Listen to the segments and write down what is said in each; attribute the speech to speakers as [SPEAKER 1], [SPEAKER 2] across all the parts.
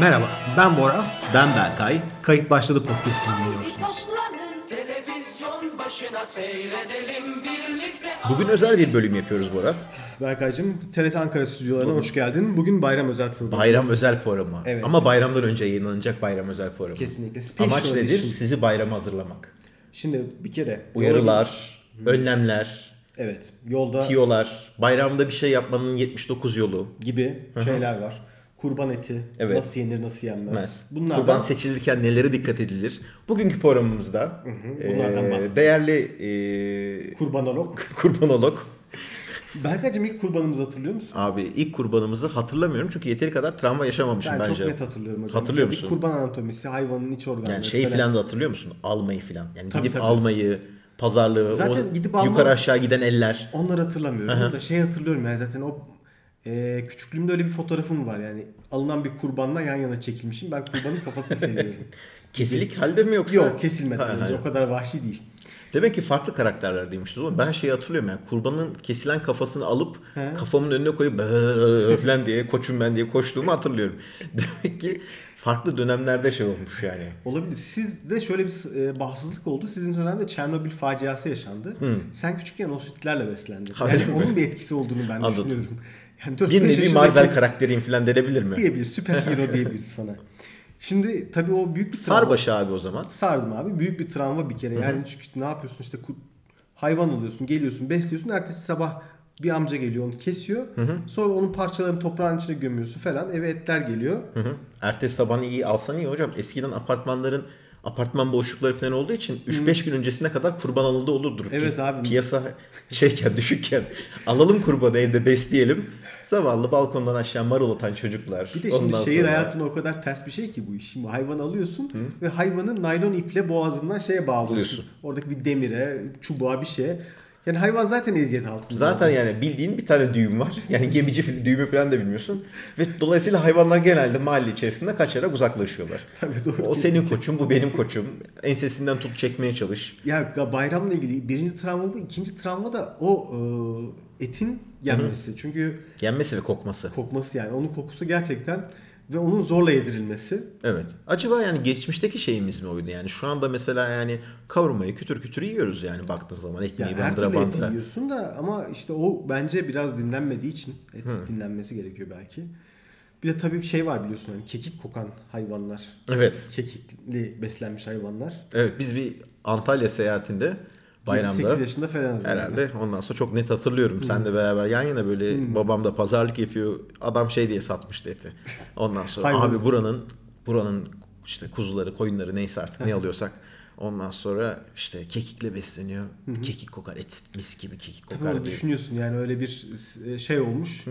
[SPEAKER 1] Merhaba, ben Bora.
[SPEAKER 2] Ben Berkay.
[SPEAKER 1] Kayıt başladı podcast'ini dinliyorsunuz.
[SPEAKER 3] Televizyon başına seyredelim birlikte
[SPEAKER 2] Bugün özel bir bölüm yapıyoruz Bora.
[SPEAKER 1] Berkay'cığım, TRT Ankara stüdyolarına hoş geldin. Bugün bayram özel programı.
[SPEAKER 2] Bayram özel programı.
[SPEAKER 1] Evet.
[SPEAKER 2] Ama bayramdan önce yayınlanacak bayram özel programı.
[SPEAKER 1] Kesinlikle. Special
[SPEAKER 2] Amaç nedir?
[SPEAKER 1] edition.
[SPEAKER 2] Sizi bayrama hazırlamak.
[SPEAKER 1] Şimdi bir kere...
[SPEAKER 2] Uyarılar, önlemler,
[SPEAKER 1] Evet, yolda
[SPEAKER 2] tiyolar, bayramda bir şey yapmanın 79 yolu.
[SPEAKER 1] gibi şeyler var. Kurban eti,
[SPEAKER 2] Evet.
[SPEAKER 1] nasıl yenir, nasıl yenmez.
[SPEAKER 2] Bilmez.
[SPEAKER 1] Bunlardan
[SPEAKER 2] Kurban seçilirken nelere dikkat edilir? Bugünkü programımızda
[SPEAKER 1] Bunlardan
[SPEAKER 2] eee,
[SPEAKER 1] bahsedeceğiz.
[SPEAKER 2] değerli eee,
[SPEAKER 1] kurbanolog.
[SPEAKER 2] kurbanolog
[SPEAKER 1] Berkay'cığım ilk kurbanımızı hatırlıyor musun?
[SPEAKER 2] abi ilk kurbanımızı hatırlamıyorum çünkü yeteri kadar travma yaşamamışım
[SPEAKER 1] Ben
[SPEAKER 2] bence.
[SPEAKER 1] çok net hatırlıyorum hocam.
[SPEAKER 2] Hatırlıyor
[SPEAKER 1] Bir
[SPEAKER 2] musun?
[SPEAKER 1] kurban anatomisi, hayvanın iç organları
[SPEAKER 2] Yani şey
[SPEAKER 1] falan.
[SPEAKER 2] filan da hatırlıyor musun? Almayı filan. Yani
[SPEAKER 1] Tabii,
[SPEAKER 2] gidip
[SPEAKER 1] tabii.
[SPEAKER 2] almayı, pazarlığı,
[SPEAKER 1] Zaten
[SPEAKER 2] o
[SPEAKER 1] gidip alma-
[SPEAKER 2] yukarı aşağı giden eller.
[SPEAKER 1] Onları hatırlamıyorum da şey hatırlıyorum yani zaten o e, küçüklüğümde öyle bir fotoğrafım var yani alınan bir kurbanla yan yana çekilmişim ben kurbanın kafasını seviyorum.
[SPEAKER 2] Kesilik halde mi yoksa?
[SPEAKER 1] Yok kesilmeden
[SPEAKER 2] Ha,
[SPEAKER 1] önce
[SPEAKER 2] ha.
[SPEAKER 1] o kadar vahşi değil.
[SPEAKER 2] Demek ki farklı karakterlerdeymişiz oğlum. Ben şeyi hatırlıyorum yani kurbanın kesilen kafasını alıp kafamın önüne koyup "Bıı" falan diye koçum ben diye koştuğumu hatırlıyorum. Demek ki farklı dönemlerde şey olmuş yani.
[SPEAKER 1] Olabilir. Sizde şöyle bir e, bahtsızlık oldu. Sizin dönemde Çernobil faciası yaşandı. Sen küçükken o sütlerle beslendin.
[SPEAKER 2] Hayır
[SPEAKER 1] yani
[SPEAKER 2] mi?
[SPEAKER 1] onun bir etkisi olduğunu ben
[SPEAKER 2] Anladım.
[SPEAKER 1] düşünüyorum. Yani 4
[SPEAKER 2] Bir nevi Marvel karakteriyim falan denebilir mi?
[SPEAKER 1] diyebiliriz. Süper hero diyebiliriz sana. Şimdi tabii o büyük bir travma-
[SPEAKER 2] Sarbaşı abi o zaman.
[SPEAKER 1] sardım abi. Büyük bir travma bir kere. Yani çünkü ne yapıyorsun işte ku- hayvan oluyorsun, geliyorsun, besliyorsun. Ertesi sabah bir amca geliyor onu kesiyor. Sonra onun parçalarını toprağın içine gömüyorsun falan. Eve etler geliyor.
[SPEAKER 2] Hı hı. Ertesi sabahını iyi alsan iyi hocam. Eskiden apartmanların apartman boşlukları falan olduğu için 3-5 gün öncesine kadar kurban alıldı olurdur. Pi-
[SPEAKER 1] Evet abi.
[SPEAKER 2] Piyasa şeyken düşükken alalım kurbanı evde besleyelim. Zavallı balkondan aşağı marul atan çocuklar.
[SPEAKER 1] Bir de şimdi
[SPEAKER 2] Ondan
[SPEAKER 1] şehir
[SPEAKER 2] sonra-
[SPEAKER 1] hayatına o kadar ters bir şey ki bu iş. Şimdi hayvan alıyorsun ve hayvanı naylon iple boğazından şeye bağlıyorsun.
[SPEAKER 2] Bağlıyorsun.
[SPEAKER 1] Oradaki bir demire, çubuğa bir şeye. Yani hayvan zaten eziyet altında.
[SPEAKER 2] Zaten yani bildiğin bir tane düğüm var. Yani gemici fil- düğümü falan da bilmiyorsun. Ve dolayısıyla hayvanlar genelde mahalle içerisinde kaçarak uzaklaşıyorlar.
[SPEAKER 1] Tabii doğru.
[SPEAKER 2] O senin koçum, bu benim koçum. Ensesinden tut çekmeye çalış.
[SPEAKER 1] Ya ga- bayramla ilgili birinci travma bu. ikinci travma da o e, etin yenmesi. Çünkü
[SPEAKER 2] Yenmesi ve kokması.
[SPEAKER 1] kokması yani. Onun kokusu gerçekten ve onun zorla yedirilmesi.
[SPEAKER 2] Evet. Acaba yani geçmişteki şeyimiz mi oydu? Yani şu anda mesela yani kavurmayı kütür kütür yiyoruz yani baktığın zaman
[SPEAKER 1] Yani
[SPEAKER 2] ekmeği
[SPEAKER 1] her
[SPEAKER 2] bandıra
[SPEAKER 1] türlü eti
[SPEAKER 2] bandıra.
[SPEAKER 1] yiyorsun da ama işte o bence biraz dinlenmediği için et dinlenmesi gerekiyor belki. Bir de tabii bir şey var biliyorsun hani kekik kokan hayvanlar.
[SPEAKER 2] Evet.
[SPEAKER 1] Kekikli beslenmiş hayvanlar.
[SPEAKER 2] Evet biz bir Antalya seyahatinde bayramda
[SPEAKER 1] 8 yaşında falan Hmm. herhalde.
[SPEAKER 2] herhalde ondan sonra çok net hatırlıyorum. Sen de beraber yan yana böyle
[SPEAKER 1] Hmm.
[SPEAKER 2] babam da pazarlık yapıyor. Adam şey diye satmıştı eti. Ondan sonra
[SPEAKER 1] Hayvan.
[SPEAKER 2] abi buranın buranın işte kuzuları, koyunları neyse artık ne alıyorsak Ondan sonra işte kekikle besleniyor. Kekik kokar et mis gibi kekik
[SPEAKER 1] Tabii
[SPEAKER 2] kokar
[SPEAKER 1] onu
[SPEAKER 2] diyor.
[SPEAKER 1] düşünüyorsun yani öyle bir s- şey olmuş.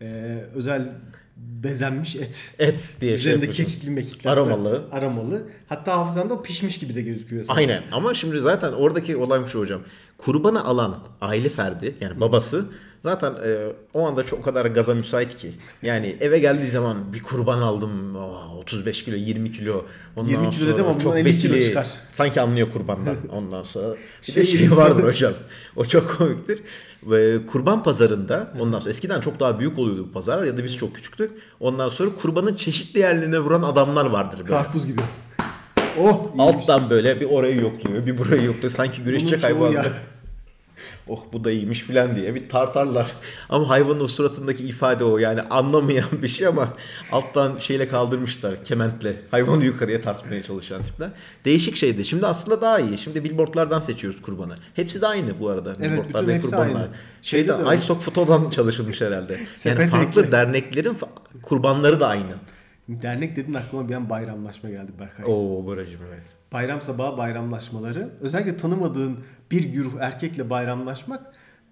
[SPEAKER 1] Ee, özel bezenmiş et.
[SPEAKER 2] Et diye şey
[SPEAKER 1] Üzerinde
[SPEAKER 2] yapıyorsun.
[SPEAKER 1] kekikli mekikler.
[SPEAKER 2] Aromalı.
[SPEAKER 1] Aromalı. Hatta hafızanda o pişmiş gibi de gözüküyor. sana.
[SPEAKER 2] Aynen ama şimdi zaten oradaki olay şu hocam. Kurbanı alan aile ferdi yani babası zaten e, o anda çok o kadar gaza müsait ki. Yani eve geldiği zaman bir kurban aldım Aa, 35 kilo 20 kilo. Ondan
[SPEAKER 1] 20 kilo
[SPEAKER 2] sonra
[SPEAKER 1] dedim ama bundan 50 kilo çıkar.
[SPEAKER 2] Sanki anlıyor kurbandan ondan sonra. Bir
[SPEAKER 1] Şey
[SPEAKER 2] de şey
[SPEAKER 1] insanı-
[SPEAKER 2] vardır hocam o çok komiktir. Ve kurban pazarında ondan sonra eskiden çok daha büyük oluyordu bu pazar ya da biz çok küçüktük. Ondan sonra kurbanın çeşitli yerlerine vuran adamlar vardır. Böyle.
[SPEAKER 1] Karpuz gibi. Oh iyiymiş.
[SPEAKER 2] Alttan böyle bir orayı yokluyor, bir burayı yokluyor. Sanki güreşecek
[SPEAKER 1] çoğu
[SPEAKER 2] hayvan.
[SPEAKER 1] ya.
[SPEAKER 2] Oh bu da iyiymiş filan diye bir tartarlar. Ama hayvanın o suratındaki ifade o yani anlamayan bir şey ama alttan şeyle kaldırmışlar kementle. Hayvanı yukarıya tartmaya çalışan tipler. Değişik şeydi. Şimdi aslında daha iyi. Şimdi billboardlardan seçiyoruz kurbanı. Hepsi de aynı bu arada.
[SPEAKER 1] bütün
[SPEAKER 2] billboardlarda
[SPEAKER 1] hepsi
[SPEAKER 2] kurbanlar.
[SPEAKER 1] aynı. Şeyde
[SPEAKER 2] Şeyde
[SPEAKER 1] de öyle.
[SPEAKER 2] Aysok Foto'dan çalışılmış herhalde.
[SPEAKER 1] Sepet
[SPEAKER 2] yani farklı
[SPEAKER 1] ekle.
[SPEAKER 2] derneklerin fa- kurbanları da aynı.
[SPEAKER 1] Dernek dedin aklıma bir an bayramlaşma geldi Berkay.
[SPEAKER 2] Oo Baracım evet.
[SPEAKER 1] Bayram sabahı bayramlaşmaları. Özellikle tanımadığın bir güruh erkekle bayramlaşmak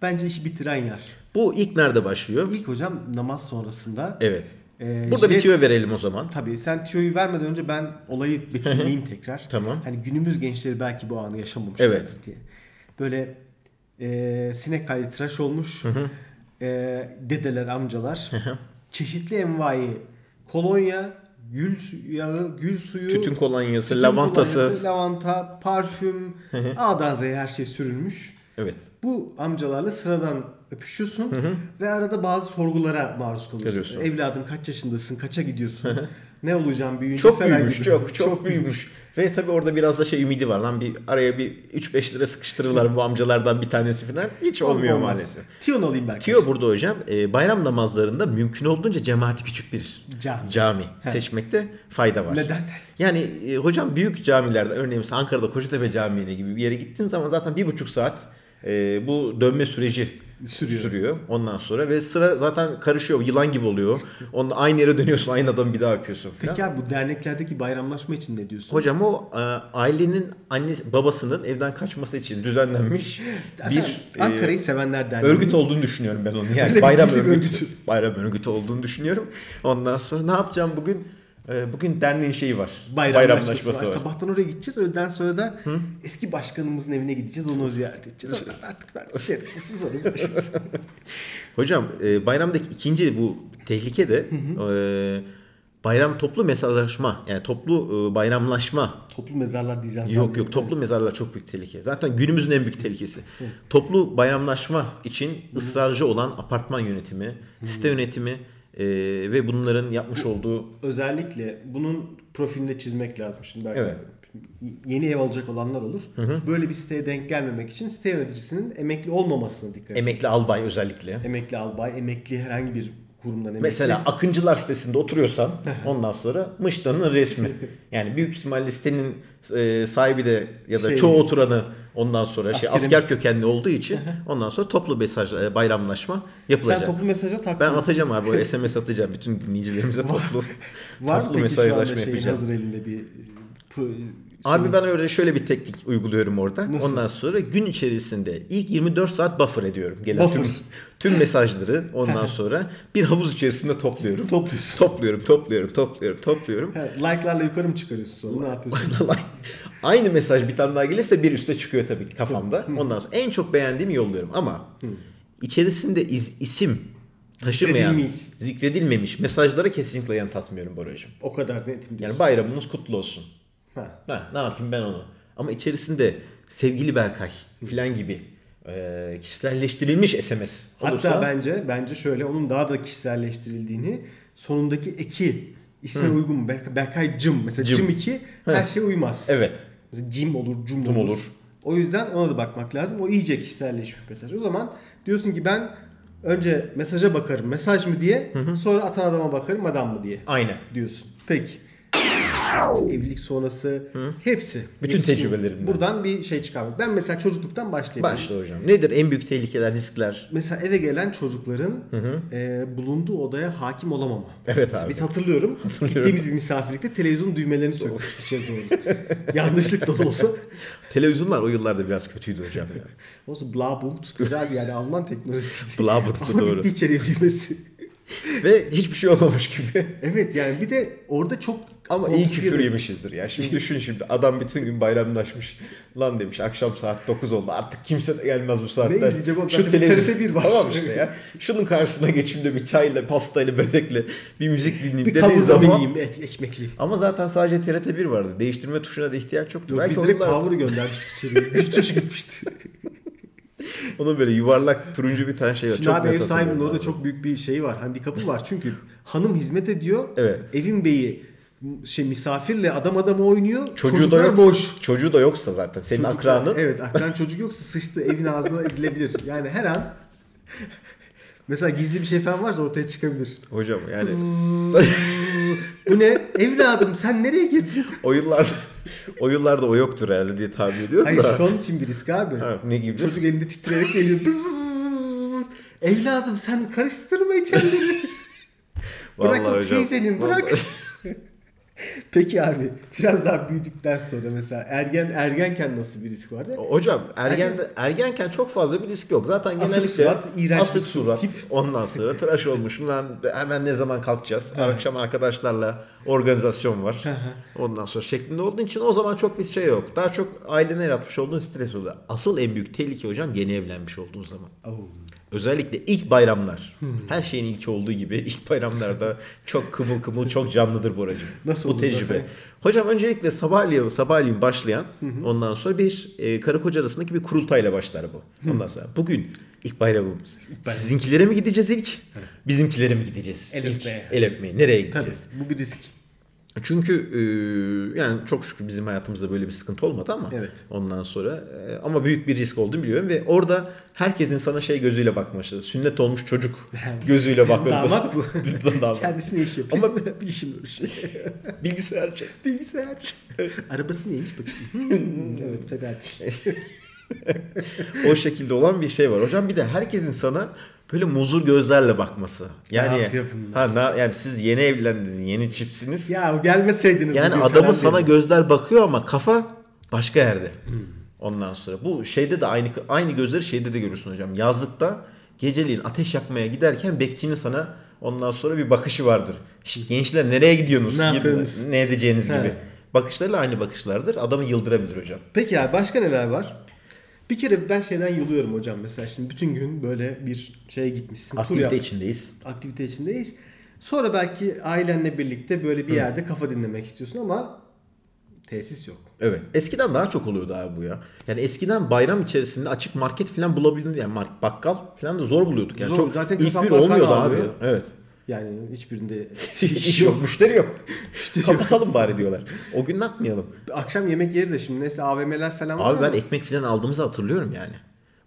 [SPEAKER 1] bence işi bitiren yer.
[SPEAKER 2] Bu ilk nerede başlıyor?
[SPEAKER 1] İlk hocam namaz sonrasında.
[SPEAKER 2] Evet.
[SPEAKER 1] Ee,
[SPEAKER 2] Burada bir
[SPEAKER 1] jilet-
[SPEAKER 2] tüyo verelim o zaman.
[SPEAKER 1] Tabii sen tüyoyu vermeden önce ben olayı betimleyeyim tekrar.
[SPEAKER 2] Tamam.
[SPEAKER 1] Hani günümüz gençleri belki bu anı yaşamamış.
[SPEAKER 2] Evet.
[SPEAKER 1] Diye. Böyle e, sinek kaydı tıraş olmuş. e, dedeler, amcalar. çeşitli envai kolonya, gül su- yağı, gül suyu.
[SPEAKER 2] Tütün kolonyası,
[SPEAKER 1] tütün
[SPEAKER 2] lavantası.
[SPEAKER 1] kolonyası, lavanta, parfüm. A'dan Z'ye her şey sürülmüş.
[SPEAKER 2] Evet.
[SPEAKER 1] Bu amcalarla sıradan öpüşüyorsun ve arada bazı sorgulara maruz kalıyorsun.
[SPEAKER 2] Görüyorsun.
[SPEAKER 1] Evladım kaç yaşındasın, kaça gidiyorsun, ne olacağım büyüyünce
[SPEAKER 2] Çok
[SPEAKER 1] falan
[SPEAKER 2] büyümüş,
[SPEAKER 1] gibi.
[SPEAKER 2] çok, çok büyümüş. Ve tabii orada biraz da şey ümidi var lan bir araya bir 3-5 lira sıkıştırırlar bu amcalardan bir tanesi falan. Hiç olmuyor
[SPEAKER 1] Olmaz.
[SPEAKER 2] maalesef.
[SPEAKER 1] Tiyon alayım belki.
[SPEAKER 2] Tiyo burada hocam e, bayram namazlarında mümkün olduğunca cemaati küçük bir
[SPEAKER 1] Cami.
[SPEAKER 2] seçmekte fayda var.
[SPEAKER 1] Neden?
[SPEAKER 2] Yani e, hocam büyük camilerde örneğin mesela Ankara'da Kocatepe Camii'ne gibi bir yere gittiğin zaman zaten bir buçuk saat e, bu dönme süreci
[SPEAKER 1] Sürüyor.
[SPEAKER 2] Ondan sonra ve sıra zaten karışıyor. Yılan gibi oluyor. Onunla aynı yere dönüyorsun. Aynı adamı bir daha öpüyorsun falan.
[SPEAKER 1] Peki abi bu derneklerdeki bayramlaşma için ne diyorsun?
[SPEAKER 2] Hocam o e, ailenin annesi babasının evden kaçması için düzenlenmiş
[SPEAKER 1] Zaten
[SPEAKER 2] bir e,
[SPEAKER 1] Ankara'yı sevenler derneği.
[SPEAKER 2] örgüt olduğunu düşünüyorum ben onu.
[SPEAKER 1] Hani Öyle
[SPEAKER 2] Yani
[SPEAKER 1] bir
[SPEAKER 2] bayram
[SPEAKER 1] gizli bir
[SPEAKER 2] örgütü.
[SPEAKER 1] örgütü.
[SPEAKER 2] Bayram örgütü olduğunu düşünüyorum. Ondan sonra ne yapacağım bugün? E, bugün derneğin şeyi var.
[SPEAKER 1] bayramlaşması, var. Sabahtan oraya gideceğiz. Öğleden sonra da eski başkanımızın evine gideceğiz. Onu ziyaret edeceğiz. Oradan artık ben giderim. Uzanın.
[SPEAKER 2] Hocam e, bayramdaki ikinci bu tehlike de e, bayram toplu mesajlaşma yani toplu e, bayramlaşma
[SPEAKER 1] Toplu mezarlar diyeceğim. ben
[SPEAKER 2] Yok
[SPEAKER 1] de.
[SPEAKER 2] yok toplu mezarlar çok büyük tehlike. Zaten günümüzün en büyük tehlikesi. Toplu bayramlaşma için ısrarcı olan apartman yönetimi, site yönetimi e, ve bunların yapmış olduğu
[SPEAKER 1] Özellikle bunun profilini de çizmek lazım. Şimdi belki
[SPEAKER 2] Evet.
[SPEAKER 1] yeni ev alacak olanlar olur. Böyle bir siteye denk gelmemek için site yöneticisinin emekli olmamasına dikkat edin.
[SPEAKER 2] emekli albay özellikle.
[SPEAKER 1] emekli albay, emekli herhangi bir kurumdan emekli.
[SPEAKER 2] Mesela Akıncılar sitesinde oturuyorsan ondan sonra Mıştan'ın resmi. Yani büyük ihtimalle sitenin e, sahibi de ya da
[SPEAKER 1] Şey-
[SPEAKER 2] çoğu oturanı ondan sonra şey
[SPEAKER 1] Askerim.
[SPEAKER 2] asker kökenli olduğu için ondan sonra toplu mesaj e, bayramlaşma yapılacak.
[SPEAKER 1] sen toplu mesaja tak.
[SPEAKER 2] Ben atacağım abi o SMS atacağım bütün dinleyicilerimize toplu
[SPEAKER 1] Var mı
[SPEAKER 2] toplu
[SPEAKER 1] peki şu anda
[SPEAKER 2] mesajlaşma
[SPEAKER 1] şeyin
[SPEAKER 2] yapacağım.
[SPEAKER 1] hazır elinde bir e, pro- şey-
[SPEAKER 2] Abi ben öyle şöyle bir teknik uyguluyorum orada.
[SPEAKER 1] Nasıl?
[SPEAKER 2] Ondan sonra gün içerisinde ilk 24 saat buffer ediyorum. Gelen
[SPEAKER 1] Buffer.
[SPEAKER 2] tüm, tüm mesajları ondan sonra bir havuz içerisinde topluyorum.
[SPEAKER 1] Topluyorsun.
[SPEAKER 2] Topluyorum, topluyorum, topluyorum, topluyorum.
[SPEAKER 1] He, Like'larla yukarı mı çıkarıyorsun sonra? Ne yapıyorsun?
[SPEAKER 2] Aynı mesaj bir tane daha gelirse bir üste çıkıyor tabii ki kafamda. Ondan sonra en çok beğendiğimi yolluyorum ama içerisinde iz- isim taşımayan,
[SPEAKER 1] Zikredilmiş.
[SPEAKER 2] zikredilmemiş mesajlara kesinlikle yanıt atmıyorum Boracığım.
[SPEAKER 1] O kadar netim diyorsun.
[SPEAKER 2] Yani bayramımız kutlu olsun.
[SPEAKER 1] ha.
[SPEAKER 2] Ha, ne yapayım ben onu. Ama içerisinde sevgili Berkay filan gibi e, kişiselleştirilmiş SMS olursa
[SPEAKER 1] Hatta bence bence şöyle onun daha da kişiselleştirildiğini sonundaki eki isme uygun mu? Berk- Berkay Cım. Mesela Cım,
[SPEAKER 2] Cım.
[SPEAKER 1] 2 her şeye uymaz.
[SPEAKER 2] evet
[SPEAKER 1] Mesela Cim olur, Cum olur.
[SPEAKER 2] Cum olur.
[SPEAKER 1] O yüzden ona da bakmak lazım. O iyice kişiselleşmiş mesaj. O zaman diyorsun ki ben önce mesaja bakarım mesaj mı diye sonra atan adama bakarım adam mı diye
[SPEAKER 2] aynen.
[SPEAKER 1] diyorsun. Peki. Evlilik sonrası hepsi.
[SPEAKER 2] Bütün
[SPEAKER 1] Hepsi-
[SPEAKER 2] tecrübelerimden.
[SPEAKER 1] Buradan bir şey çıkarmak. Ben mesela çocukluktan başlayayım.
[SPEAKER 2] Başla hocam. Nedir en büyük tehlikeler, riskler?
[SPEAKER 1] Mesela eve gelen çocukların e, bulunduğu odaya hakim olamama.
[SPEAKER 2] Evet
[SPEAKER 1] Mesela
[SPEAKER 2] abi.
[SPEAKER 1] Biz hatırlıyorum. Gittiğimiz bir misafirlikte televizyon düğmelerini sökmüştük içeri doğru. Yanlışlıkla da olsa.
[SPEAKER 2] Televizyonlar o yıllarda biraz kötüydü hocam ya.
[SPEAKER 1] Olsun Blaubund güzel yani Alman teknolojisiydi.
[SPEAKER 2] Blaubund'tu,
[SPEAKER 1] Ama
[SPEAKER 2] doğru.
[SPEAKER 1] gitti içeriye düğmesi.
[SPEAKER 2] Ve hiçbir şey olmamış gibi.
[SPEAKER 1] Evet yani bir de orada çok
[SPEAKER 2] Ama iyi
[SPEAKER 1] korkutucu
[SPEAKER 2] küfür
[SPEAKER 1] bir-
[SPEAKER 2] yemişizdir ya. Şimdi düşün şimdi adam bütün gün bayramlaşmış. Lan demiş akşam saat 9 oldu artık kimse de gelmez bu saatte.
[SPEAKER 1] Ne izleyecek oğlum?
[SPEAKER 2] Şu
[SPEAKER 1] Zaten bir
[SPEAKER 2] televizyon
[SPEAKER 1] TRT bir var.
[SPEAKER 2] Tamam işte ya. Şunun karşısına geçimde bir çayla, pastayla, börekle bir müzik dinleyeyim
[SPEAKER 1] Bir
[SPEAKER 2] dediği
[SPEAKER 1] kavurma
[SPEAKER 2] zaman.
[SPEAKER 1] yiyeyim et, ekmekli.
[SPEAKER 2] Ama zaten sadece TRT 1 vardı. Değiştirme tuşuna da ihtiyaç yoktu.
[SPEAKER 1] Yok,
[SPEAKER 2] Belki
[SPEAKER 1] biz direkt
[SPEAKER 2] onlar-
[SPEAKER 1] Power'ı göndermiştik içeriye. Bir tuşu gitmişti.
[SPEAKER 2] Onun böyle yuvarlak turuncu bir tane şey var.
[SPEAKER 1] Şimdi
[SPEAKER 2] Çok
[SPEAKER 1] abi
[SPEAKER 2] net
[SPEAKER 1] ev sahibinin
[SPEAKER 2] hatırlıyorum
[SPEAKER 1] orada
[SPEAKER 2] abi.
[SPEAKER 1] çok büyük bir şeyi var. Handikapı var. Çünkü hanım hizmet ediyor.
[SPEAKER 2] Evet.
[SPEAKER 1] Evin beyi şey misafirle adam adama oynuyor.
[SPEAKER 2] Çocuğu da
[SPEAKER 1] Çocuklar
[SPEAKER 2] yok.
[SPEAKER 1] boş.
[SPEAKER 2] Çocuğu da yoksa zaten. Senin
[SPEAKER 1] Çocuklar-
[SPEAKER 2] akranın.
[SPEAKER 1] Evet akran çocuk yoksa sıçtı evin ağzına edilebilir. Yani her an mesela gizli bir şey falan varsa ortaya çıkabilir.
[SPEAKER 2] Hocam yani
[SPEAKER 1] Bu ne? Evladım sen nereye girdin?
[SPEAKER 2] o yıllarda, o yıllarda o yoktur herhalde diye tahmin ediyorum
[SPEAKER 1] Hayır
[SPEAKER 2] da.
[SPEAKER 1] şu an için bir risk abi.
[SPEAKER 2] Ha, ne gibi?
[SPEAKER 1] Çocuk elinde titreyerek geliyor. Bzzz. Evladım sen karıştırma içerileri.
[SPEAKER 2] Vallahi
[SPEAKER 1] Bırak o
[SPEAKER 2] hocam.
[SPEAKER 1] teyzenin bırak.
[SPEAKER 2] Vallahi.
[SPEAKER 1] Peki abi biraz daha büyüdükten sonra mesela ergen ergenken nasıl bir risk vardı?
[SPEAKER 2] Hocam ergen ergenken çok fazla bir risk yok. Zaten
[SPEAKER 1] Asık
[SPEAKER 2] genellikle
[SPEAKER 1] surat, iğrenç
[SPEAKER 2] asık
[SPEAKER 1] bir
[SPEAKER 2] surat,
[SPEAKER 1] tip.
[SPEAKER 2] ondan sonra tıraş olmuş. Lan hemen ne zaman kalkacağız? Akşam arkadaşlarla organizasyon var. ondan sonra şeklinde olduğu için o zaman çok bir şey yok. Daha çok ailene yaratmış olduğun stres oluyor. Asıl en büyük tehlike hocam yeni evlenmiş olduğun zaman.
[SPEAKER 1] Oo.
[SPEAKER 2] Özellikle ilk bayramlar. Her şeyin ilki olduğu gibi ilk bayramlarda çok kımıl kımıl çok canlıdır Boracığım.
[SPEAKER 1] Nasıl
[SPEAKER 2] Bu
[SPEAKER 1] olur
[SPEAKER 2] tecrübe.
[SPEAKER 1] efendim?
[SPEAKER 2] Hocam öncelikle sabahleyin, sabahleyin başlayan ondan sonra bir e, karı koca arasındaki bir kurultayla başlar bu. Ondan sonra bugün İlk bayramımız. Sizinkilere mi gideceğiz ilk? Bizimkilere mi gideceğiz?
[SPEAKER 1] El
[SPEAKER 2] İlk
[SPEAKER 1] öpmeye.
[SPEAKER 2] El öpmeye. Nereye
[SPEAKER 1] Tabii,
[SPEAKER 2] gideceğiz?
[SPEAKER 1] bu bir risk.
[SPEAKER 2] Çünkü e, yani çok şükür bizim hayatımızda böyle bir sıkıntı olmadı ama
[SPEAKER 1] Evet.
[SPEAKER 2] ondan sonra e, ama büyük bir risk olduğunu biliyorum ve orada herkesin sana şey gözüyle bakması, sünnet olmuş çocuk gözüyle
[SPEAKER 1] Bizim
[SPEAKER 2] bakması.
[SPEAKER 1] damat bu.
[SPEAKER 2] Bizim damat.
[SPEAKER 1] Kendisi ne iş yapıyor?
[SPEAKER 2] Ama
[SPEAKER 1] bir işim Şey, yok.
[SPEAKER 2] bilgisayarcı.
[SPEAKER 1] Bilgisayarcı. Arabası neymiş bakayım. Hmm, evet feda değil.
[SPEAKER 2] o şekilde olan bir şey var. Hocam bir de herkesin sana böyle muzur gözlerle bakması. Yani
[SPEAKER 1] yapıyor bunlar?
[SPEAKER 2] ha na- yani siz yeni evlendiniz, yeni çiftsiniz.
[SPEAKER 1] Ya gelmeseydiniz.
[SPEAKER 2] Yani
[SPEAKER 1] bugün
[SPEAKER 2] adamın
[SPEAKER 1] falan
[SPEAKER 2] sana
[SPEAKER 1] dedim.
[SPEAKER 2] gözler bakıyor ama kafa başka yerde.
[SPEAKER 1] Hmm.
[SPEAKER 2] Ondan sonra bu şeyde de aynı aynı gözleri şeyde de görürsün hocam. Yazlıkta geceliğin ateş yakmaya giderken bekçinin sana ondan sonra bir bakışı vardır. "Şşt, gençler nereye gidiyorsunuz?
[SPEAKER 1] Hmm. Ne
[SPEAKER 2] gibi,
[SPEAKER 1] yapıyorsunuz?
[SPEAKER 2] ne edeceğiniz
[SPEAKER 1] He.
[SPEAKER 2] gibi. Bakışlarıyla aynı bakışlardır. Adamı yıldırabilir hocam.
[SPEAKER 1] Peki abi başka neler var? Bir kere ben şeyden yılıyorum hocam mesela şimdi bütün gün böyle bir şeye gitmişsin. tur
[SPEAKER 2] Aktivite
[SPEAKER 1] yapmışsın.
[SPEAKER 2] içindeyiz.
[SPEAKER 1] aktivite içindeyiz. Sonra belki ailenle birlikte böyle bir yerde kafa dinlemek istiyorsun ama tesis yok.
[SPEAKER 2] Evet. Eskiden daha çok oluyordu abi bu ya. Yani eskiden bayram içerisinde açık market falan bulabildiğinde yani mark, bakkal falan da zor buluyorduk. Yani
[SPEAKER 1] Zor,
[SPEAKER 2] çok
[SPEAKER 1] zaten
[SPEAKER 2] ilk bir
[SPEAKER 1] kasaplar
[SPEAKER 2] olmuyordu
[SPEAKER 1] kan
[SPEAKER 2] abi.
[SPEAKER 1] alıyor.
[SPEAKER 2] Evet.
[SPEAKER 1] Yani hiçbirinde
[SPEAKER 2] İş yok, müşteri yok. Kapatalım bari diyorlar. O gün ne yapmayalım?
[SPEAKER 1] akşam yemek yeri de şimdi neyse AVM'ler falan var.
[SPEAKER 2] Abi ben
[SPEAKER 1] ama
[SPEAKER 2] ekmek falan aldığımızı hatırlıyorum yani.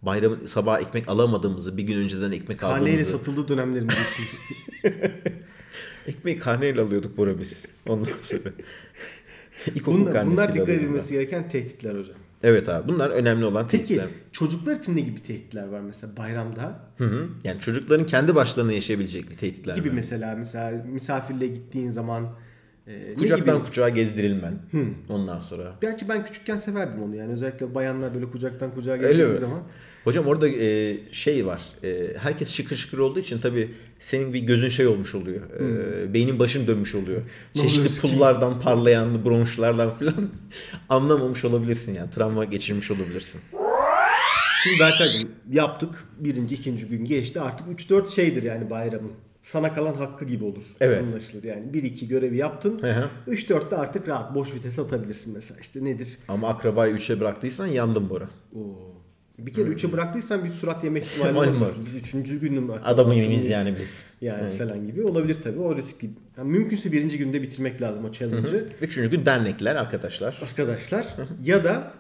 [SPEAKER 2] Bayramın sabah ekmek alamadığımızı, bir gün önceden ekmek
[SPEAKER 1] karneyle
[SPEAKER 2] aldığımızı.
[SPEAKER 1] satıldığı dönemlerini düşün.
[SPEAKER 2] Ekmeği karneyle alıyorduk Bora biz. Ondan sonra. İlkokul
[SPEAKER 1] bunlar,
[SPEAKER 2] karnesiyle
[SPEAKER 1] bunlar dikkat
[SPEAKER 2] alıyordum ben.
[SPEAKER 1] edilmesi gereken tehditler hocam.
[SPEAKER 2] Evet abi bunlar önemli olan
[SPEAKER 1] Peki
[SPEAKER 2] tehditler.
[SPEAKER 1] çocuklar için ne gibi tehditler var mesela bayramda?
[SPEAKER 2] Hı hı. Yani çocukların kendi başlarına yaşayabilecekleri tehditler.
[SPEAKER 1] gibi
[SPEAKER 2] var.
[SPEAKER 1] mesela mesela misafirle gittiğin zaman e, ne
[SPEAKER 2] Kucaktan
[SPEAKER 1] gibi?
[SPEAKER 2] kucağa gezdirilmen. Ondan sonra.
[SPEAKER 1] Gerçi ben küçükken severdim onu yani özellikle bayanlar böyle kucaktan kucağa
[SPEAKER 2] Öyle
[SPEAKER 1] geldiği
[SPEAKER 2] mi?
[SPEAKER 1] zaman.
[SPEAKER 2] Hocam orada e, şey var. E, herkes şıkır şıkır olduğu için tabii senin bir gözün şey olmuş oluyor. E, beynin başın dönmüş oluyor.
[SPEAKER 1] Ne
[SPEAKER 2] Çeşitli
[SPEAKER 1] oluyoruz ki?
[SPEAKER 2] pullardan, parlayan bronşlardan falan anlamamış olabilirsin yani. Travma geçirmiş olabilirsin.
[SPEAKER 1] Şimdi Berkay'cığım yaptık. Birinci, ikinci gün geçti. Artık 3-4 şeydir yani bayramın. Sana kalan hakkı gibi olur.
[SPEAKER 2] Evet.
[SPEAKER 1] Anlaşılır yani. 1-2 görevi yaptın.
[SPEAKER 2] Hı hı.
[SPEAKER 1] 3-4'te artık rahat boş vites atabilirsin mesela. İşte nedir?
[SPEAKER 2] Ama akrabayı üçe bıraktıysan yandın Bora.
[SPEAKER 1] Oo. Bir kere 3'e bıraktıysan bir surat yemek ihtimali
[SPEAKER 2] Var.
[SPEAKER 1] var. Biz 3. günün
[SPEAKER 2] Adamın
[SPEAKER 1] akrabasıyız.
[SPEAKER 2] yeniyiz yani biz.
[SPEAKER 1] Yani falan gibi olabilir tabii. O riskli. Yani mümkünse birinci günde bitirmek lazım o challenge'ı.
[SPEAKER 2] Üçüncü gün dernekler arkadaşlar.
[SPEAKER 1] arkadaşlar ya da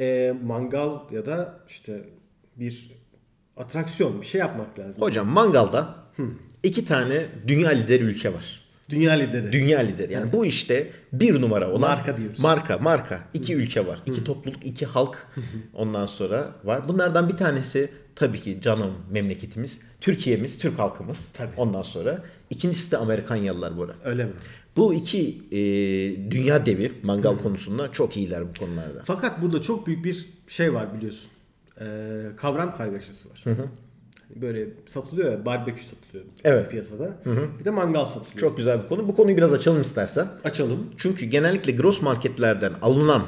[SPEAKER 1] e, mangal ya da işte bir atraksiyon bir şey yapmak lazım.
[SPEAKER 2] Hocam mangalda iki tane dünya lideri ülke var.
[SPEAKER 1] Dünya lideri.
[SPEAKER 2] Dünya lideri. Yani bu işte bir numara olan
[SPEAKER 1] Marka diyoruz.
[SPEAKER 2] Marka, marka. İki ülke var. iki topluluk, iki halk ondan sonra var. Bunlardan bir tanesi tabii ki canım memleketimiz, Türkiye'miz, Türk halkımız.
[SPEAKER 1] Tabii.
[SPEAKER 2] Ondan sonra ikincisi de Amerikanyalılar bu arada.
[SPEAKER 1] Öyle mi?
[SPEAKER 2] Bu iki e, dünya devi mangal konusunda çok iyiler bu konularda.
[SPEAKER 1] Fakat burada çok büyük bir şey var biliyorsun. Ee, kavram kargaşası var. Hani Böyle satılıyor ya barbekü satılıyor
[SPEAKER 2] Evet.
[SPEAKER 1] piyasada. Bir de mangal satılıyor.
[SPEAKER 2] Çok güzel bir konu. Bu konuyu biraz açalım istersen.
[SPEAKER 1] Açalım.
[SPEAKER 2] Çünkü genellikle gross marketlerden alınan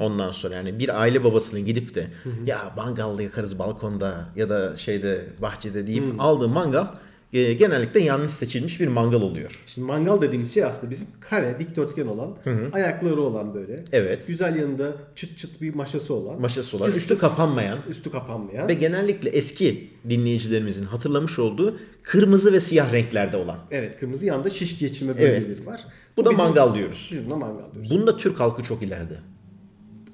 [SPEAKER 2] ondan sonra yani bir aile babasının gidip de ya mangalda yakarız balkonda ya da şeyde bahçede deyip aldığı mangal e, genellikle yanlış seçilmiş bir mangal oluyor.
[SPEAKER 1] Şimdi mangal dediğimiz şey aslında bizim kare dikdörtgen olan, ayakları olan böyle.
[SPEAKER 2] Evet.
[SPEAKER 1] Güzel yanında çıt çıt bir maşası olan.
[SPEAKER 2] Maşası olan,
[SPEAKER 1] Çıt
[SPEAKER 2] üstü
[SPEAKER 1] çıt,
[SPEAKER 2] kapanmayan
[SPEAKER 1] Üstü kapanmayan.
[SPEAKER 2] ve genellikle eski dinleyicilerimizin hatırlamış olduğu kırmızı ve siyah renklerde olan.
[SPEAKER 1] evet kırmızı yanda şiş geçirme
[SPEAKER 2] Evet.
[SPEAKER 1] bölgeleri var.
[SPEAKER 2] Bu da
[SPEAKER 1] bizim-
[SPEAKER 2] mangal diyoruz.
[SPEAKER 1] Biz buna mangal diyoruz.
[SPEAKER 2] Bunda Türk halkı çok ileride.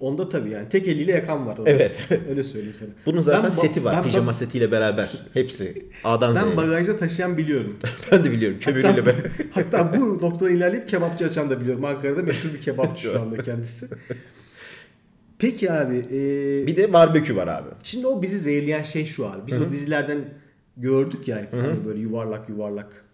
[SPEAKER 1] Onda tabii yani tek eliyle yakan var. orada.
[SPEAKER 2] Evet.
[SPEAKER 1] Öyle söyleyeyim sana.
[SPEAKER 2] Bunun zaten
[SPEAKER 1] Ben ba-
[SPEAKER 2] seti var.
[SPEAKER 1] ben ba-
[SPEAKER 2] Pijama setiyle beraber. Hepsi. A'dan
[SPEAKER 1] Ben
[SPEAKER 2] Z'ye. Ben,
[SPEAKER 1] bagajda taşıyan biliyorum.
[SPEAKER 2] de biliyorum. Kömürüyle
[SPEAKER 1] Hatta,
[SPEAKER 2] beraber.
[SPEAKER 1] hatta bu noktadan ilerleyip kebapçı açan da biliyorum. Ankara'da meşhur bir kebapçı şu anda kendisi. Peki abi. e,
[SPEAKER 2] Bir de barbekü var abi.
[SPEAKER 1] şimdi o bizi zehirleyen şey şu abi. Biz o dizilerden gördük ya. Hani böyle yuvarlak yuvarlak.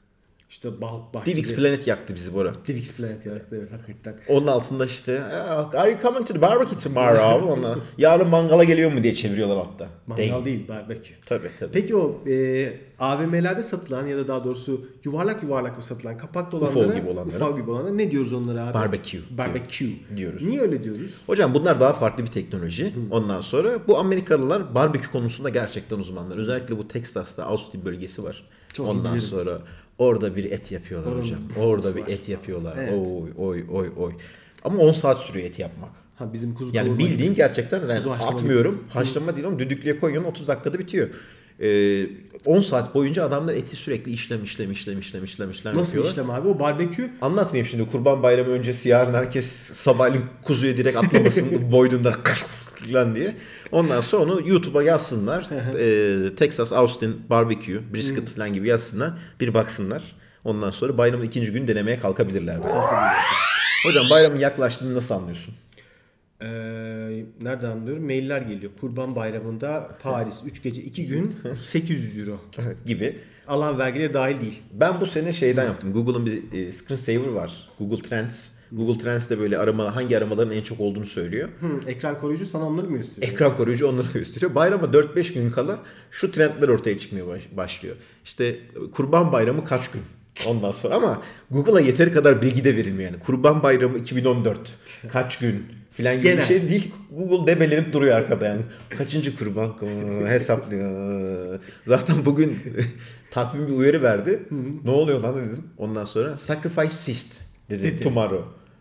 [SPEAKER 1] işte bah, bahçede.
[SPEAKER 2] Divx Planet yaktı bizi Bora.
[SPEAKER 1] Divx Planet yaktı evet hakikaten.
[SPEAKER 2] Onun altında işte "Ah, Are you coming to the barbecue tomorrow abi? Ona, yarın mangala geliyor mu diye çeviriyorlar hatta.
[SPEAKER 1] Mangal değil, barbekü.
[SPEAKER 2] Tabii tabii.
[SPEAKER 1] Peki o e, AVM'lerde satılan ya da daha doğrusu yuvarlak yuvarlak satılan kapaklı
[SPEAKER 2] Ufo
[SPEAKER 1] olanlara,
[SPEAKER 2] gibi olanlara.
[SPEAKER 1] ufo gibi olanlara ne diyoruz onlara abi?
[SPEAKER 2] Barbecue diyor-
[SPEAKER 1] Barbecue.
[SPEAKER 2] diyoruz.
[SPEAKER 1] Niye öyle diyoruz?
[SPEAKER 2] Hocam bunlar daha farklı bir teknoloji. Ondan sonra bu Amerikalılar barbekü konusunda gerçekten uzmanlar. Özellikle bu Texas'ta Austin bölgesi var.
[SPEAKER 1] Çok iyi
[SPEAKER 2] Ondan
[SPEAKER 1] bilirim.
[SPEAKER 2] sonra orada bir et yapıyorlar
[SPEAKER 1] Oranın
[SPEAKER 2] hocam.
[SPEAKER 1] kokusu
[SPEAKER 2] Orada bir
[SPEAKER 1] var.
[SPEAKER 2] et yapıyorlar.
[SPEAKER 1] Evet.
[SPEAKER 2] Oy oy oy oy. Ama 10 saat sürüyor et yapmak.
[SPEAKER 1] Ha bizim kuzu
[SPEAKER 2] Yani
[SPEAKER 1] kavurma
[SPEAKER 2] bildiğin
[SPEAKER 1] gibi.
[SPEAKER 2] gerçekten yani
[SPEAKER 1] Kuzu haşlama
[SPEAKER 2] atmıyorum. Haşlama değil oğlum düdüklüye koyuyorsun 30 dakikada bitiyor. Ee, 10 saat boyunca adamlar eti sürekli işlem işlem işlem işlem işlem işlem
[SPEAKER 1] Nasıl bir
[SPEAKER 2] yapıyorlar.
[SPEAKER 1] işlem abi? O barbekü
[SPEAKER 2] Anlatmayayım şimdi Kurban Bayramı öncesi yarın herkes sabahleyin kuzuya direkt atlamasın boynundan lan diye. Ondan sonra onu YouTube'a yazsınlar. Ee, Texas Austin Barbecue, brisket falan gibi yazsınlar. Bir baksınlar. Ondan sonra bayramın ikinci gün denemeye kalkabilirler. belki. Hocam bayramın yaklaştığını nasıl anlıyorsun?
[SPEAKER 1] Ee, nereden anlıyorum? Mailler geliyor. Kurban Bayramı'nda Paris 3 gece 2 gün 800 euro.
[SPEAKER 2] gibi.
[SPEAKER 1] Alan vergileri dahil değil.
[SPEAKER 2] Ben bu sene şeyden yaptım. Google'ın bir e, screensaver var. Google Trends. Google Trends de böyle arama hangi aramaların en çok olduğunu söylüyor.
[SPEAKER 1] Hı, ekran koruyucu sana onları mı gösteriyor?
[SPEAKER 2] Ekran koruyucu onları gösteriyor. Bayrama 4-5 gün kala şu trendler ortaya çıkmaya baş- başlıyor. İşte Kurban Bayramı kaç gün? Ondan sonra ama Google'a yeteri kadar bilgi de verilmiyor yani. Kurban Bayramı 2014 kaç gün filan gibi bir
[SPEAKER 1] Genel.
[SPEAKER 2] şey değil. Google debelenip duruyor arkada yani. Kaçıncı kurban hesaplıyor. Zaten bugün takvim bir uyarı verdi. ne oluyor lan dedim. Ondan sonra Sacrifice Feast dedi, tomorrow.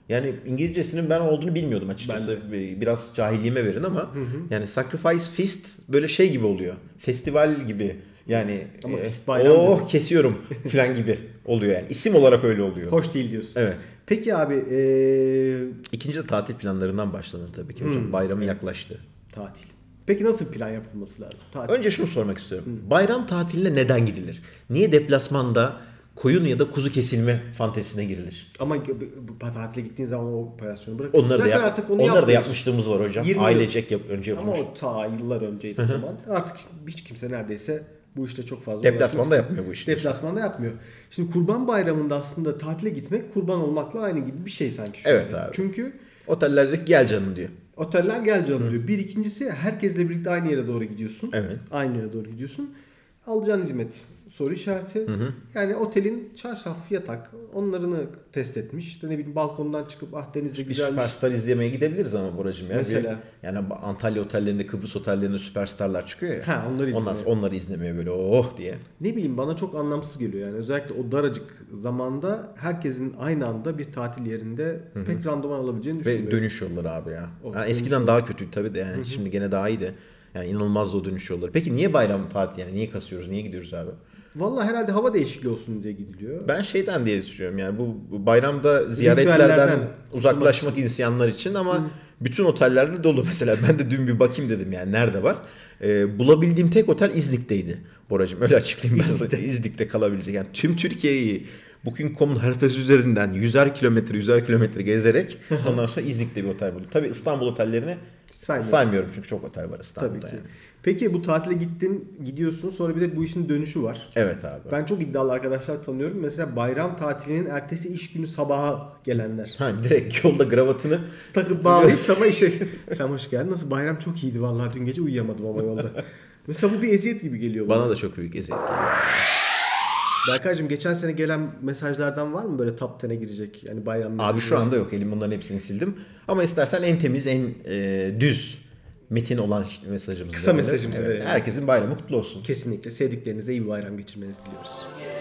[SPEAKER 2] Yani İngilizcesinin ben olduğunu bilmiyordum açıkçası. Ee, Biraz cahilliğime verin ama yani Sacrifice Feast böyle şey gibi oluyor. Festival gibi. Yani
[SPEAKER 1] Ama
[SPEAKER 2] e,
[SPEAKER 1] feast bayram
[SPEAKER 2] "Oh, kesiyorum falan gibi oluyor yani. İsim olarak öyle oluyor.
[SPEAKER 1] Hoş değil diyorsun.
[SPEAKER 2] Evet.
[SPEAKER 1] Peki abi ee,
[SPEAKER 2] İkinci de tatil planlarından başlanır tabii ki hocam. Bayramı yaklaştı.
[SPEAKER 1] tatil. Peki nasıl bir plan yapılması lazım? Tatil.
[SPEAKER 2] Önce şunu sormak istiyorum. Bayram tatiline neden gidilir? Niye deplasmanda koyun ya da kuzu kesilme fantezisine girilir?
[SPEAKER 1] Ama bu- bu- bu tatile gittiğin zaman o operasyonu bırak.
[SPEAKER 2] Onları da,
[SPEAKER 1] Zaten
[SPEAKER 2] yap-
[SPEAKER 1] artık onu
[SPEAKER 2] onları da
[SPEAKER 1] yapmıyoruz.
[SPEAKER 2] yapmışlığımız var hocam.
[SPEAKER 1] 20 yıl-
[SPEAKER 2] Ailecek yap- önce
[SPEAKER 1] Ama
[SPEAKER 2] yapılmış.
[SPEAKER 1] o ta yıllar önceydi o zaman. Artık hiç kimse neredeyse bu işte çok fazla
[SPEAKER 2] Deplasmanda
[SPEAKER 1] uğraşmaz.
[SPEAKER 2] yapmıyor bu işi diyorsun.
[SPEAKER 1] Deplasmanda yapmıyor. Şimdi Kurban Bayramı'nda aslında tatile gitmek kurban olmakla aynı gibi bir şey sanki. şu
[SPEAKER 2] Evet
[SPEAKER 1] anda.
[SPEAKER 2] abi.
[SPEAKER 1] Çünkü
[SPEAKER 2] Otellerde gel canım diyor.
[SPEAKER 1] oteller gel canım diyor. Bir ikincisi herkesle birlikte aynı yere doğru gidiyorsun.
[SPEAKER 2] Evet.
[SPEAKER 1] Aynı yere doğru gidiyorsun. Alacağın hizmet soru işareti. Yani otelin çarşaf, yatak onlarını test etmiş. İşte ne bileyim balkondan çıkıp ah denizde
[SPEAKER 2] Bir
[SPEAKER 1] güzelmiş.
[SPEAKER 2] süperstar izlemeye gidebiliriz ama Boracığım ya.
[SPEAKER 1] Mesela?
[SPEAKER 2] Bir- yani Antalya otellerinde, Kıbrıs otellerinde süperstarlar çıkıyor ya.
[SPEAKER 1] Ha, onları
[SPEAKER 2] Ondan
[SPEAKER 1] izlemeye.
[SPEAKER 2] sonra onları izlemeye böyle oh diye.
[SPEAKER 1] Ne bileyim bana çok anlamsız geliyor yani. Özellikle o daracık zamanda herkesin aynı anda bir tatil yerinde pek randıman alabileceğini
[SPEAKER 2] Ve
[SPEAKER 1] düşünmüyorum.
[SPEAKER 2] dönüş yolları abi ya.
[SPEAKER 1] O
[SPEAKER 2] Ha,
[SPEAKER 1] Oh, dönüş
[SPEAKER 2] eskiden daha kötüydü tabii de yani şimdi gene daha iyi de. Yani inanılmaz da o dönüş yolları. Peki niye bayram tatili yani? Niye kasıyoruz? Niye gidiyoruz abi?
[SPEAKER 1] Valla herhalde hava değişikliği olsun diye gidiliyor.
[SPEAKER 2] Ben şeyden diye düşünüyorum yani bu bu bayramda ziyaretlerden
[SPEAKER 1] Ritüellerden Hmm.
[SPEAKER 2] uzaklaşmak insanlar için ama bütün otellerde dolu mesela. Ben de dün bir bakayım dedim yani nerede var. Ee, bulabildiğim tek otel İznik'teydi Boracığım öyle açıklayayım ben sana. İznik'te kalabilecek yani tüm Türkiye'yi Booking.com'un haritası üzerinden 100'er kilometre 100'er kilometre gezerek ondan sonra İznik'te bir otel buldum. Tabii İstanbul otellerini
[SPEAKER 1] Saymıyorsun.
[SPEAKER 2] saymıyorum çünkü çok otel var İstanbul'da
[SPEAKER 1] Tabii ki.
[SPEAKER 2] yani.
[SPEAKER 1] Peki bu tatile gittin, gidiyorsun sonra bir de bu işin dönüşü var.
[SPEAKER 2] Evet abi.
[SPEAKER 1] Ben çok iddialı arkadaşlar tanıyorum. Mesela bayram tatilinin ertesi iş günü sabaha gelenler.
[SPEAKER 2] Ha, direkt yolda gravatını
[SPEAKER 1] Takıp bağlayıp sabah işe. Sen hoş geldin. Nasıl bayram çok iyiydi vallahi dün gece uyuyamadım ama yolda. Mesela bu bir eziyet gibi geliyor bana.
[SPEAKER 2] bana da çok büyük eziyet.
[SPEAKER 1] Berkaycığım geçen sene gelen mesajlardan var mı böyle top 10'e girecek? Yani bayram mesajı.
[SPEAKER 2] Abi şu anda yok. Elim bunların hepsini sildim. Ama istersen en temiz, en e, düz metin olan mesajımızı
[SPEAKER 1] Kısa
[SPEAKER 2] verelim.
[SPEAKER 1] mesajımızı verelim.
[SPEAKER 2] Herkesin bayramı kutlu olsun.
[SPEAKER 1] Kesinlikle sevdiklerinizle iyi bir bayram geçirmenizi diliyoruz.
[SPEAKER 3] Gel